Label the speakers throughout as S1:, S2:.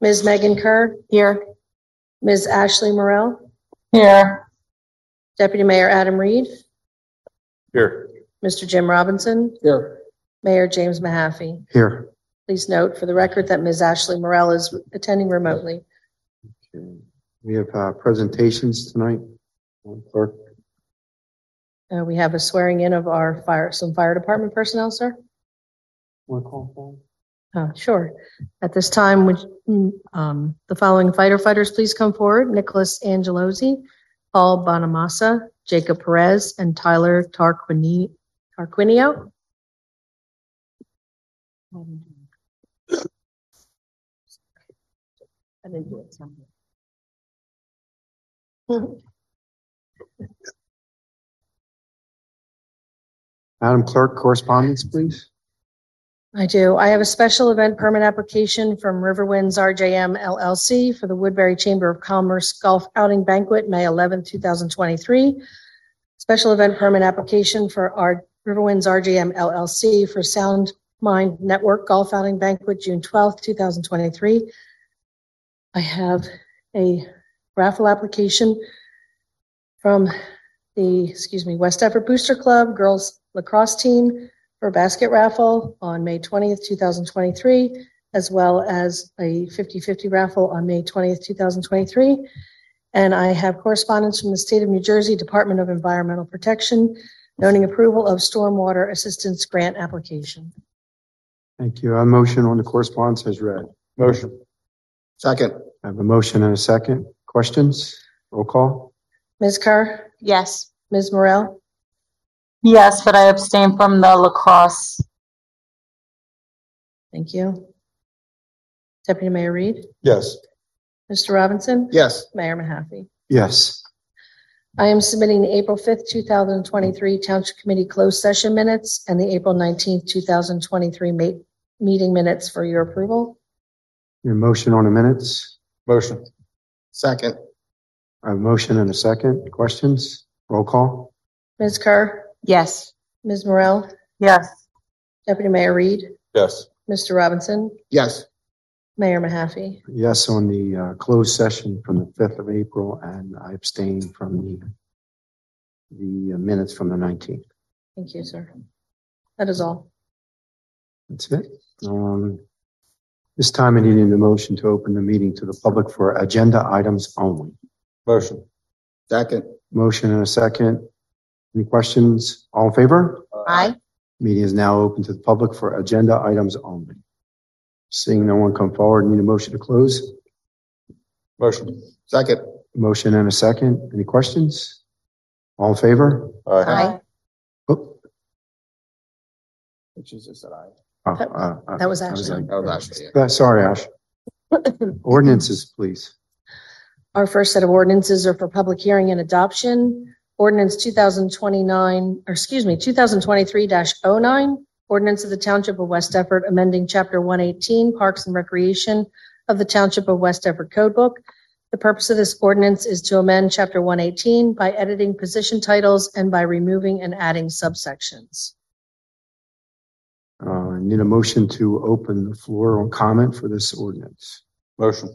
S1: Ms. Megan Kerr? Here. Ms. Ashley Morel?
S2: Here.
S1: Deputy Mayor Adam Reed?
S3: Here.
S1: Mr. Jim Robinson?
S3: Here.
S1: Mayor James Mahaffey?
S3: Here.
S1: Please note for the record that Ms. Ashley Morel is attending remotely.
S3: Okay. We have uh, presentations tonight. Madam Clerk,
S1: Uh, We have a swearing in of our fire, some fire department personnel, sir?
S3: want to call for?
S1: Uh, Sure. At this time, would mm, um, the following firefighters please come forward? Nicholas Angelosi, Paul Bonamassa, Jacob Perez, and Tyler Tarquini- Tarquinio. I didn't do it. sorry.
S3: Madam Clerk, correspondence, please.
S1: I do. I have a special event permit application from Riverwinds RJM LLC for the Woodbury Chamber of Commerce Golf Outing Banquet, May 11, 2023. Special event permit application for our Riverwinds RJM LLC for Sound Mind Network Golf Outing Banquet, June 12, 2023. I have a raffle application from the, excuse me, West Effort Booster Club Girls Lacrosse Team for a basket raffle on May 20th, 2023, as well as a 50-50 raffle on May 20th, 2023. And I have correspondence from the State of New Jersey Department of Environmental Protection noting approval of stormwater assistance grant application.
S3: Thank you. A motion on the correspondence as read. Motion. Second. I have a motion and a second. Questions? Roll call.
S1: Ms. Kerr?
S2: Yes.
S1: Ms. Morel?
S2: Yes, but I abstain from the lacrosse.
S1: Thank you. Deputy Mayor Reed?
S3: Yes.
S1: Mr. Robinson?
S3: Yes.
S1: Mayor Mahaffey?
S3: Yes.
S1: I am submitting the April 5th, 2023 Township Committee Closed Session Minutes and the April 19th, 2023 ma- Meeting Minutes for your approval.
S3: Your motion on the minutes. Motion. Second. I have a motion and a second. Questions? Roll call.
S1: Ms. Kerr,
S2: Yes.
S1: Ms. Morel,
S2: Yes.
S1: Deputy Mayor Reed,
S3: Yes.
S1: Mr. Robinson,
S3: Yes.
S1: Mayor Mahaffey.
S3: Yes on the uh, closed session from the 5th of April, and I abstain from the the minutes from the 19th.
S1: Thank you, sir. That is all.
S3: That's it. Um, This time I need a motion to open the meeting to the public for agenda items only. Motion. Second. Motion and a second. Any questions? All in favor?
S1: Aye.
S3: Meeting is now open to the public for agenda items only. Seeing no one come forward, need a motion to close?
S4: Motion. Second.
S3: Motion and a second. Any questions? All in favor?
S1: Aye.
S3: Oh,
S4: Which is just an aye.
S3: uh, uh, uh,
S1: That was
S3: I
S1: Ashley.
S3: like-
S4: That was Ashley,
S3: Uh, Sorry, Ash. Ordinances, please.
S1: Our first set of ordinances are for public hearing and adoption. Ordinance 2029, or excuse me, 2023-09, ordinance of the Township of West Effort amending Chapter 118 Parks and Recreation of the Township of West Effort Code Book. The purpose of this ordinance is to amend Chapter 118 by editing position titles and by removing and adding subsections.
S3: Uh, I Need a motion to open the floor on comment for this ordinance.
S4: Motion.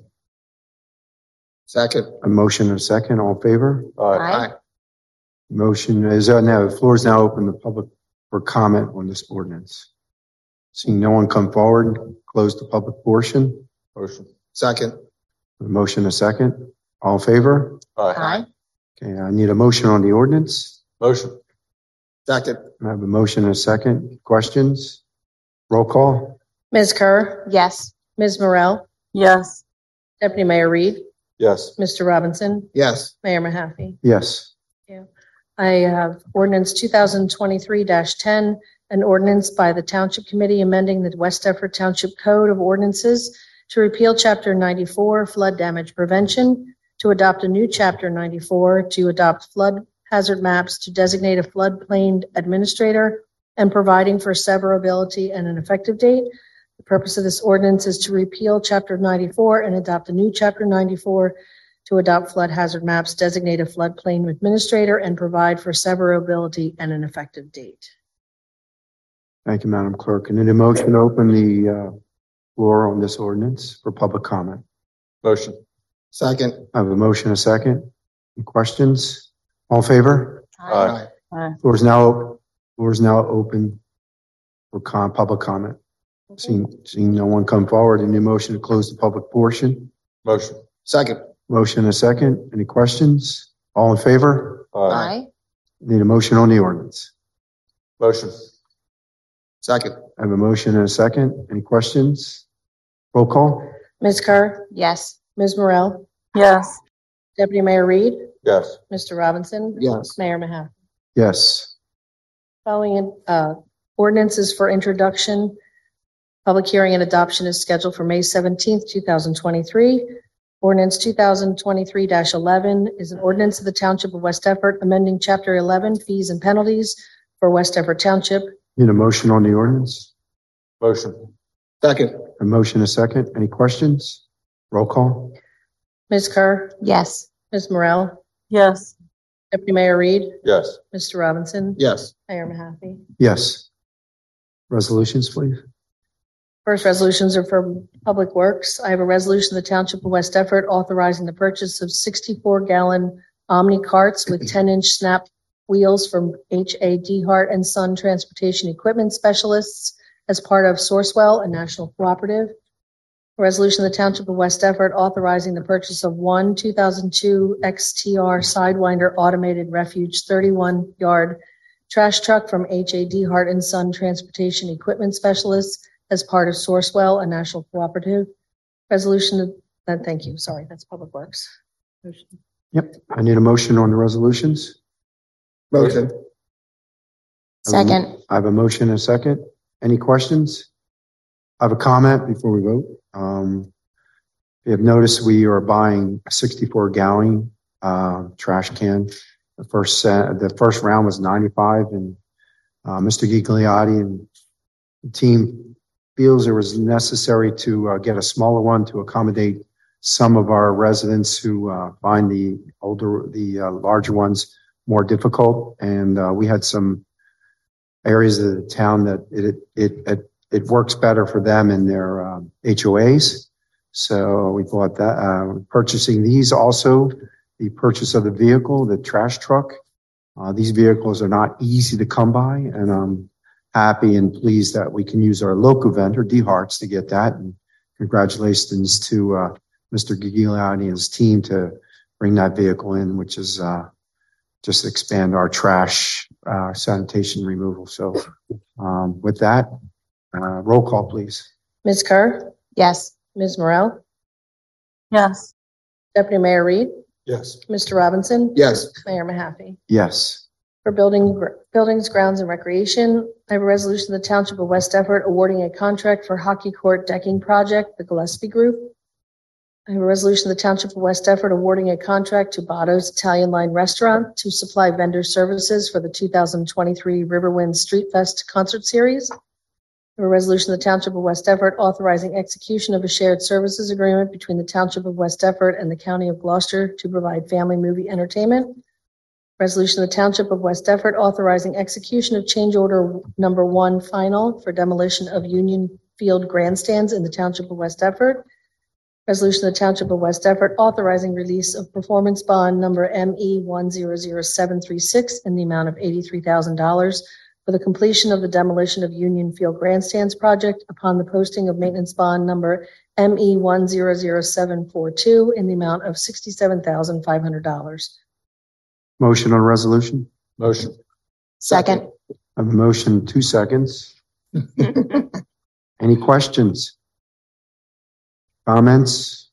S4: Second.
S3: A motion and a second, all in favor?
S1: Aye.
S3: Motion is, uh, now, the floor is now open to public for comment on this ordinance. Seeing no one come forward, close the public portion.
S4: Motion. Second.
S3: A motion and a second, all in favor?
S1: Aye.
S3: Okay, I need a motion on the ordinance.
S4: Motion. Second.
S3: I have a motion and a second. Questions? Roll call?
S1: Ms. Kerr,
S2: Yes.
S1: Ms. Morel,
S2: Yes.
S1: Deputy Mayor Reed,
S4: Yes.
S1: Mr. Robinson,
S4: Yes.
S1: Mayor Mahaffey.
S3: Yes.
S1: I have ordinance two thousand twenty-three ten, an ordinance by the Township Committee amending the West Effort Township Code of Ordinances to repeal chapter ninety-four flood damage prevention, to adopt a new chapter ninety-four, to adopt flood hazard maps, to designate a floodplain administrator, and providing for severability and an effective date. The purpose of this ordinance is to repeal chapter ninety-four and adopt a new chapter ninety-four to adopt flood hazard maps, designate a floodplain administrator, and provide for severability and an effective date.
S3: Thank you, Madam Clerk. I need a motion to open the uh, floor on this ordinance for public comment.
S4: Motion. Second.
S3: I have a motion, a second. Any questions? All in favor? Floor is now, floor is now open for com, public comment. Seeing, seeing no one come forward, a new motion to close the public portion.
S4: Motion. Second.
S3: Motion, a second. Any questions? All in favor? Need a motion on the ordinance.
S4: Motion. Second.
S3: I have a motion and a second. Any questions? Roll call?
S1: Ms. Kerr,
S2: Yes.
S1: Ms. Morel,
S2: Yes.
S1: Deputy Mayor Reed,
S4: Yes.
S1: Mr. Robinson,
S4: Yes.
S1: Mayor Mahan.
S3: Yes.
S1: Following uh, ordinances for introduction, public hearing and adoption is scheduled for May 17th, 2023. Ordinance 2023-11 is an ordinance of the Township of West Effort amending Chapter 11 fees and penalties for West Effort Township.
S3: Need a motion on the ordinance?
S4: Motion. Second.
S3: A motion, a second. Any questions? Roll call?
S1: Ms. Kerr,
S2: Yes.
S1: Ms. Morel,
S2: Yes.
S1: Deputy Mayor Reed,
S4: Yes.
S1: Mr. Robinson,
S4: Yes.
S1: Mayor Mahaffey.
S3: Yes. Resolutions, please.
S1: First resolutions are for Public Works. I have a resolution of the Township of West Effort authorizing the purchase of 64-gallon Omni carts with 10-inch snap wheels from H.A.D. Hart and Son Transportation Equipment Specialists as part of Sourcewell, a national cooperative. A Resolution of the Township of West Effort authorizing the purchase of one 2002 XTR Sidewinder Automated Refuge 31-yard trash truck from H.A.D. Hart and Son Transportation Equipment Specialists as part of Sourcewell, a national cooperative. Resolution, of- uh, thank you, sorry, that's Public Works. Motion.
S3: Yep. I need a motion on the resolutions.
S4: Motion.
S2: Second.
S3: I have a motion and a second. Any questions? I have a comment before we vote. Um, you have noticed we are buying a 64 gallon, uh, trash can. The first set, the first round was 95 and, uh, Mr. Gigliotti and the team feels it was necessary to, uh, get a smaller one to accommodate some of our residents who, uh, find the older, the, uh, larger ones more difficult. And, uh, we had some, areas of the town that it, it, it, it works better for them in their um, HOAs. So we thought that, uh, purchasing these also, the purchase of the vehicle, the trash truck. Uh, these vehicles are not easy to come by and I'm happy and pleased that we can use our local vendor, DeHarts, to get that. And congratulations to, uh, Mr. Gigliotti and his team to bring that vehicle in, which is, uh, just expand our trash uh, sanitation removal. So um, with that, uh, roll call, please.
S1: Ms. Kerr,
S2: Yes.
S1: Ms. Morel,
S2: Yes.
S1: Deputy Mayor Reed,
S4: Yes.
S1: Mr. Robinson,
S4: Yes.
S1: Mayor Mahaffey.
S3: Yes.
S1: For building, gr- buildings, grounds, and recreation, I have a resolution of the Township of West Effort awarding a contract for hockey court decking project, the Gillespie Group. I have a resolution of the Township of West Effort awarding a contract to Botto's Italian Line Restaurant to supply vendor services for the 2023 Riverwind Street Fest Concert Series. I have a resolution of the Township of West Effort authorizing execution of a shared services agreement between the Township of West Effort and the County of Gloucester to provide family movie entertainment. Resolution of the Township of West Effort authorizing execution of change order number one final for demolition of Union Field grandstands in the Township of West Effort. Resolution of the Township of West Effort authorizing release of performance bond number ME one zero zero seven three six in the amount of eighty-three thousand dollars for the completion of the demolition of Union Field grandstands project upon the posting of maintenance bond number ME one zero zero seven four two in the amount of sixty-seven thousand five hundred dollars.
S3: Motion on resolution.
S4: Motion.
S2: Second.
S3: I have a motion, two seconds. Any questions? Comments?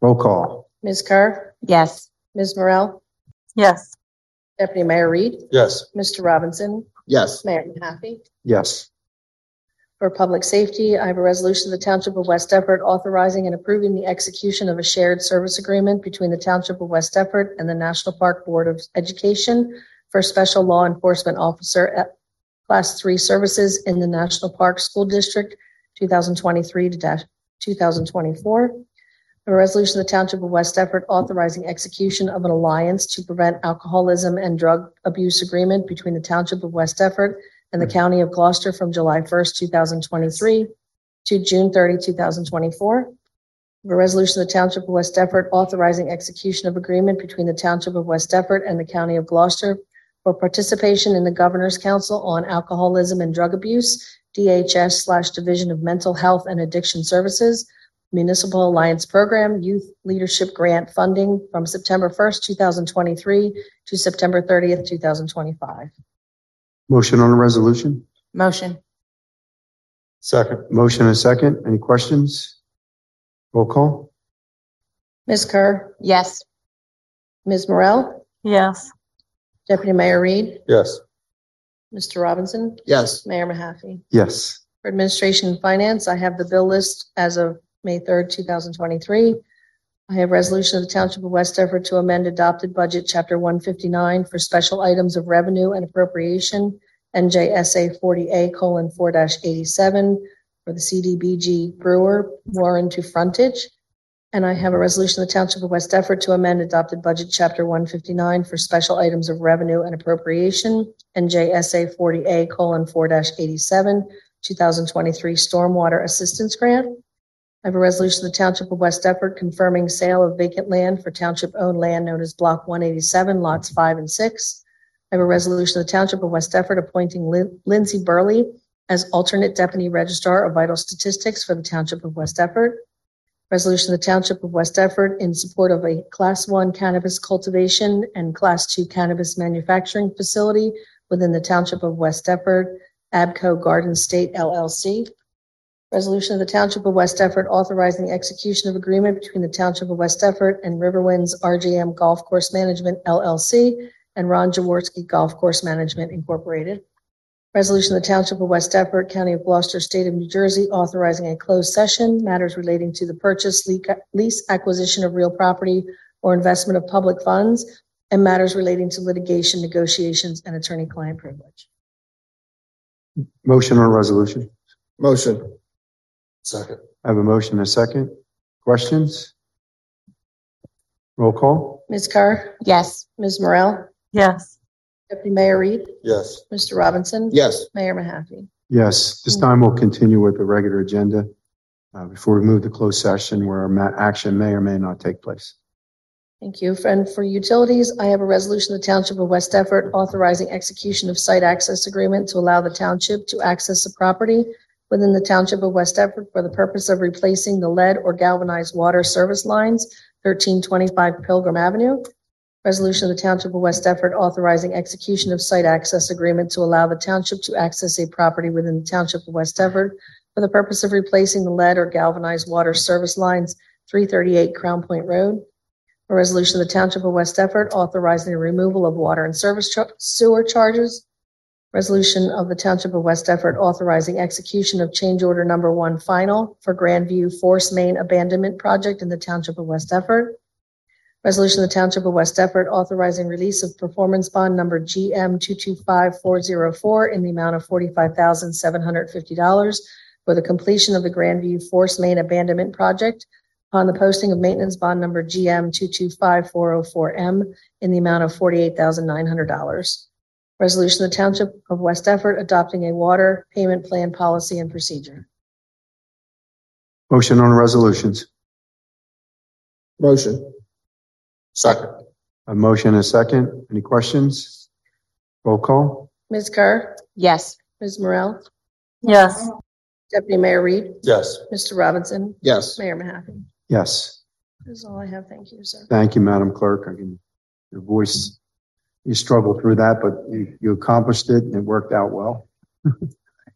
S3: Roll call.
S1: Ms. Kerr,
S2: Yes.
S1: Ms. Morel,
S2: Yes.
S1: Deputy Mayor Reed,
S4: Yes.
S1: Mr. Robinson,
S4: Yes.
S1: Mayor Mahaffey.
S3: Yes.
S1: For public safety, I have a resolution of the Township of West Deptford authorizing and approving the execution of a shared service agreement between the Township of West Deptford and the National Park Board of Education for special law enforcement officer at Class 3 services in the National Park School District 2023 to dash 2024. A resolution of the Township of West Deptford authorizing execution of an alliance to prevent alcoholism and drug abuse agreement between the Township of West Deptford and the County of Gloucester from July 1st, 2023 to June 30, 2024. of a resolution of the Township of West Deptford authorizing execution of agreement between the Township of West Deptford and the County of Gloucester for participation in the Governor's Council on Alcoholism and Drug Abuse, DHS slash Division of Mental Health and Addiction Services, Municipal Alliance Program, Youth Leadership Grant Funding from September 1st, 2023 to September 30th, 2025.
S3: Motion on the resolution?
S2: Motion.
S3: Second. Motion and a second. Any questions? Roll call?
S1: Ms. Kerr,
S2: Yes.
S1: Ms. Morel,
S2: Yes.
S1: Deputy Mayor Reed,
S3: Yes.
S1: Mr. Robinson,
S4: Yes.
S1: Mayor Mahaffey.
S3: Yes.
S1: For Administration and Finance, I have the bill list as of May 3rd, 2023. I have resolution of the Township of West Effort to amend adopted budget Chapter 159 for special items of revenue and appropriation, NJSA 40A:4-87 for the CDBG Brewer Warren to Frontage. And I have a resolution of the Township of West Effort to amend adopted budget Chapter 159 for special items of revenue and appropriation, NJSA 40A:4-87 2023 Stormwater Assistance Grant. I have a resolution of the Township of West Deptford confirming sale of vacant land for township-owned land known as Block 187, Lots 5 and 6. I have a resolution of the Township of West Deptford appointing Lin- Lindsay Burley as alternate deputy registrar of vital statistics for the Township of West Deptford. Resolution of the Township of West Deptford in support of a Class 1 cannabis cultivation and Class 2 cannabis manufacturing facility within the Township of West Deptford Abco Garden State LLC. Resolution of the Township of West Effort authorizing execution of agreement between the Township of West Effort and Riverwinds RGM Golf Course Management LLC and Ron Jaworski Golf Course Management Incorporated. Resolution of the Township of West Effort, County of Gloucester, State of New Jersey, authorizing a closed session, matters relating to the purchase, le- lease, acquisition of real property, or investment of public funds, and matters relating to litigation, negotiations, and attorney-client privilege.
S3: Motion on the resolution?
S4: Motion. Second.
S3: I have a motion and a second. Questions? Roll call?
S1: Ms. Carr,
S2: Yes.
S1: Ms. Morel,
S2: Yes.
S1: Deputy Mayor Reed,
S4: Yes.
S1: Mr. Robinson.
S4: Yes.
S1: Mayor Mahaffey.
S3: Yes. This time we'll continue with the regular agenda uh, before we move to closed session where ma- action may or may not take place.
S1: Thank you. And for utilities, I have a resolution of the Township of West Effort authorizing execution of site access agreement to allow the township to access the property within the Township of West Effort for the purpose of replacing the lead or galvanized water service lines 1325 Pilgrim Avenue. Resolution of the Township of West Effort authorizing execution of site access agreement to allow the township to access a property within the Township of West Effort for the purpose of replacing the lead or galvanized water service lines 338 Crown Point Road. A resolution of the Township of West Effort authorizing the removal of water and service cha- sewer charges. Resolution of the Township of West Effort authorizing execution of change order number one final for Grandview Force Main Abandonment Project in the Township of West Effort. Resolution of the Township of West Effort authorizing release of performance bond number GM 225404 in the amount of $45,750 for the completion of the Grandview Force Main Abandonment Project upon the posting of maintenance bond number GM 225404M in the amount of $48,900. Resolution of the Township of West Effort adopting a water payment plan policy and procedure.
S3: Motion on the resolutions?
S4: Motion. Second.
S3: A motion and a second. Any questions? Roll call?
S1: Ms. Kerr,
S2: Yes.
S1: Ms. Morel,
S2: Yes.
S1: Deputy Mayor Reed,
S4: Yes.
S1: Mr. Robinson,
S4: Yes.
S1: Mayor Mahaffey.
S3: Yes.
S1: That's all I have. Thank you, sir.
S3: Thank you, Madam Clerk. I can, your voice, you struggled through that, but you, you accomplished it and it worked out well.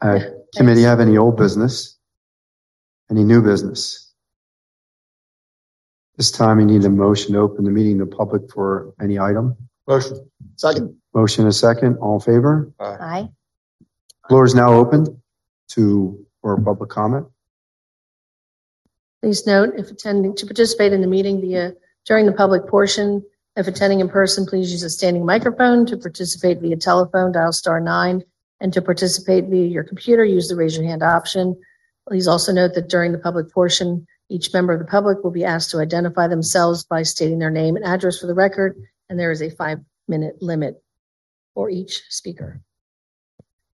S3: Uh, Kimmy, do you have any old business? Any new business? This time you need a motion to open the meeting to public for any item.
S4: Motion. Second.
S3: Motion a second, all in favor?
S2: Aye.
S3: Floor is now open to, for public comment.
S1: Please note, if attending, to participate in the meeting via, during the public portion, if attending in person, please use a standing microphone. To participate via telephone, dial star nine. And to participate via your computer, use the raise your hand option. Please also note that during the public portion, each member of the public will be asked to identify themselves by stating their name and address for the record, and there is a five-minute limit for each speaker.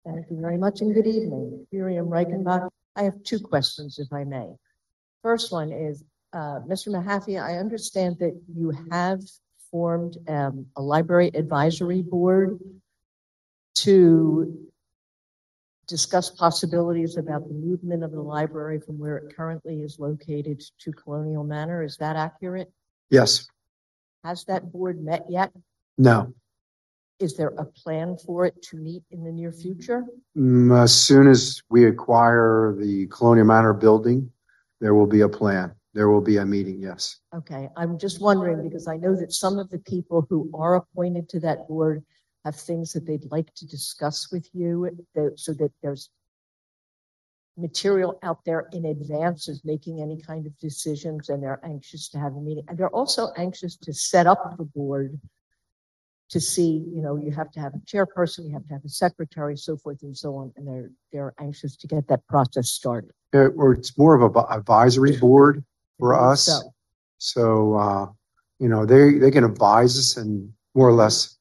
S1: Thank you very much and good evening. Miriam Reichenbach, I have two questions, if I may. First one is, uh, Mr. Mahaffey, I understand that you have formed, um, a library advisory board to discuss possibilities about the movement of the library from where it currently is located to Colonial Manor. Is that accurate?
S3: Yes,
S1: Has that board met yet?
S3: no.
S1: Is there a plan for it to meet in the near future?
S3: Mm, as soon as we acquire the Colonial Manor building, there will be a plan. There will be a meeting, yes.
S1: Okay, I'm just wondering because I know that some of the people who are appointed to that board have things that they'd like to discuss with you, tho- so that there's material out there in advance of making any kind of decisions, and they're anxious to have a meeting. And they're also anxious to set up the board to see, you know, you have to have a chairperson, you have to have a secretary, so forth and so on, and they're, they're anxious to get that process started.
S3: Uh, or it's more of a bu- advisory board for us.
S1: So,
S3: So, uh, you know, they, they can advise us and more or less,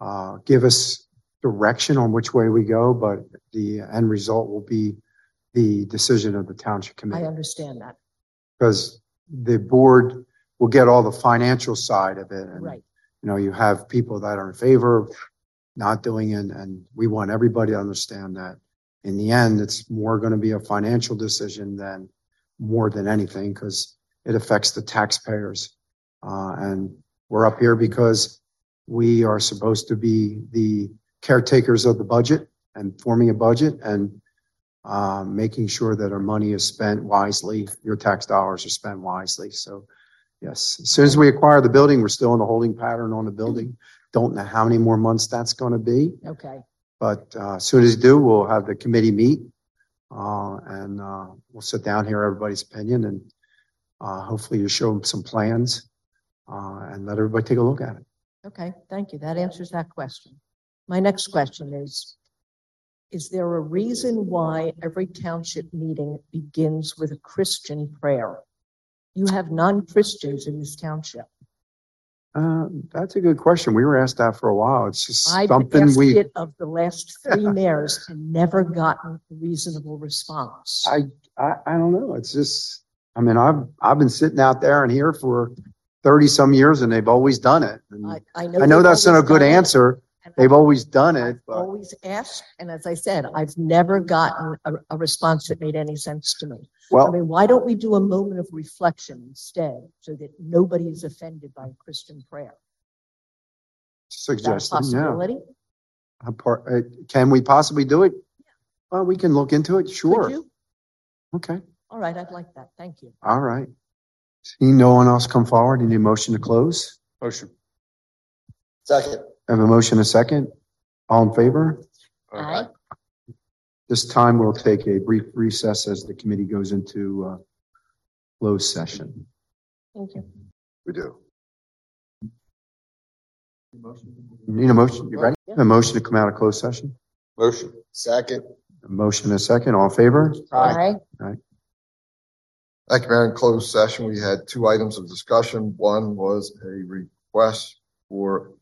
S3: uh, give us direction on which way we go, but the end result will be the decision of the township
S1: I
S3: committee.
S1: understand that,
S3: Because the board will get all the financial side of it. and,
S1: right.
S3: You know, you have people that are in favor of not doing it, and we want everybody to understand that. In the end, it's more going to be a financial decision than, more than anything, because it affects the taxpayers. Uh, and we're up here because we are supposed to be the caretakers of the budget and forming a budget and, uh, making sure that our money is spent wisely, your tax dollars are spent wisely. So, yes, as soon as we acquire the building, we're still in the holding pattern on the building. Don't know how many more months that's going to be.
S1: Okay,
S3: But uh, as soon as you do, we'll have the committee meet uh, and uh, we'll sit down, hear everybody's opinion, and uh, hopefully you show them some plans uh, and let everybody take a look at it.
S1: okay, thank you. That answers that question. My next question is, is there a reason why every township meeting begins with a Christian prayer? You have non-Christians in this township.
S3: Uh, that's a good question. We were asked that for a while. It's just
S1: I've
S3: something
S1: asked
S3: we.
S1: it of the last three mayors and never gotten a reasonable response.
S3: I, I I don't know. It's just. I mean, I've I've been sitting out there and here for thirty some years, and they've always done it. And I,
S1: know
S3: know
S1: they've
S3: that's not a
S1: always
S3: good
S1: done it,
S3: answer.
S1: and
S3: They've always done
S1: I've
S3: it, but
S1: Always asked, and as I said, I've never gotten a, a response that made any sense to me. I
S3: well,
S1: mean, why don't we do a moment of reflection instead so that nobody is offended by Christian prayer? Is that a
S3: suggesting yeah.
S1: possibility?
S3: A par- uh, Can we possibly do it? Well, we can look into it,
S1: Could
S3: sure.
S1: you?
S3: Okay,
S1: All right, I'd like that. Thank you.
S3: all right. Seeing no one else come forward, any motion to close?
S4: Motion. Second.
S3: Have a motion, a second? All in favor?
S1: Aye.
S3: This time we'll take a brief recess as the committee goes into uh, closed session.
S1: Thank you.
S3: We do. Need a motion, you ready? A motion to come out of closed session?
S4: Motion. Second.
S3: A motion, a second, all in favor?
S1: Aye.
S4: Thank you, Mayor. In closed session, we had two items of discussion. One was a request for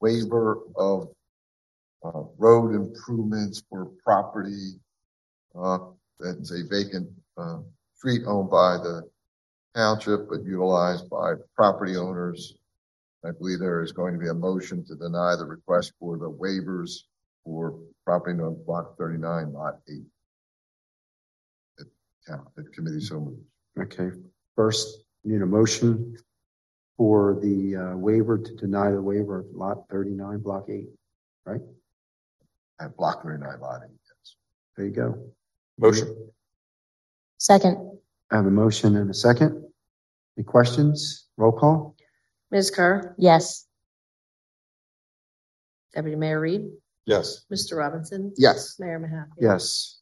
S4: waiver of uh, road improvements for property uh, that's a vacant uh, street owned by the township but utilized by property owners. I believe there is going to be a motion to deny the request for the waivers for property on block thirty-nine, lot eight. If town- if committee so moves.
S3: Okay, first, need a motion for the uh, waiver to deny the waiver of lot thirty-nine, block eight.
S4: at Block 39 Lot eight, yes.
S3: There you go.
S4: Motion.
S1: Second.
S3: I have a motion and a second. Any questions? Roll call?
S1: Ms. Kerr?
S2: Yes.
S1: Deputy Mayor Reed?
S4: Yes.
S1: Mr. Robinson?
S4: Yes.
S1: Mayor Mahaffey?
S3: Yes.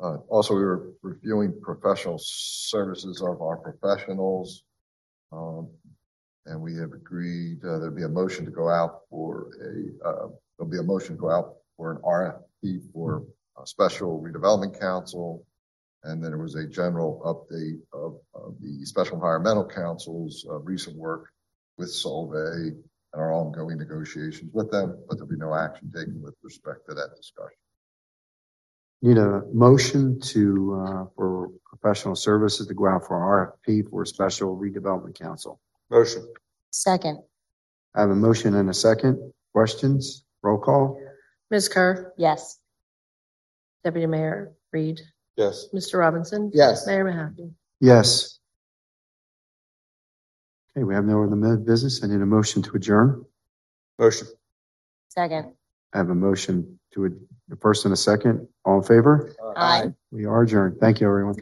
S4: Uh, also, we were reviewing professional services of our professionals. Um, and we have agreed, uh, there'd be a motion to go out for a, uh, there'll be a motion to go out for an RFP for a special redevelopment council. And then there was a general update of, of the special environmental council's, uh, recent work with Solvay and our ongoing negotiations with them, but there'll be no action taken with respect to that discussion.
S3: Need a motion to, uh, for professional services to go out for RFP for Special Redevelopment Council.
S4: Motion.
S1: Second.
S3: I have a motion and a second. Questions? Roll call?
S1: Ms. Kerr,
S2: Yes.
S1: Deputy Mayor Reed,
S4: Yes.
S1: Mr. Robinson.
S4: Yes.
S1: Mayor Mahaffey.
S3: Yes. Okay, we have no other mi- business. I need a motion to adjourn.
S4: Motion.
S2: Second.
S3: I have a motion to, ad- the first and a second. All in favor?
S2: Aye.
S3: We are adjourned. Thank you, everyone.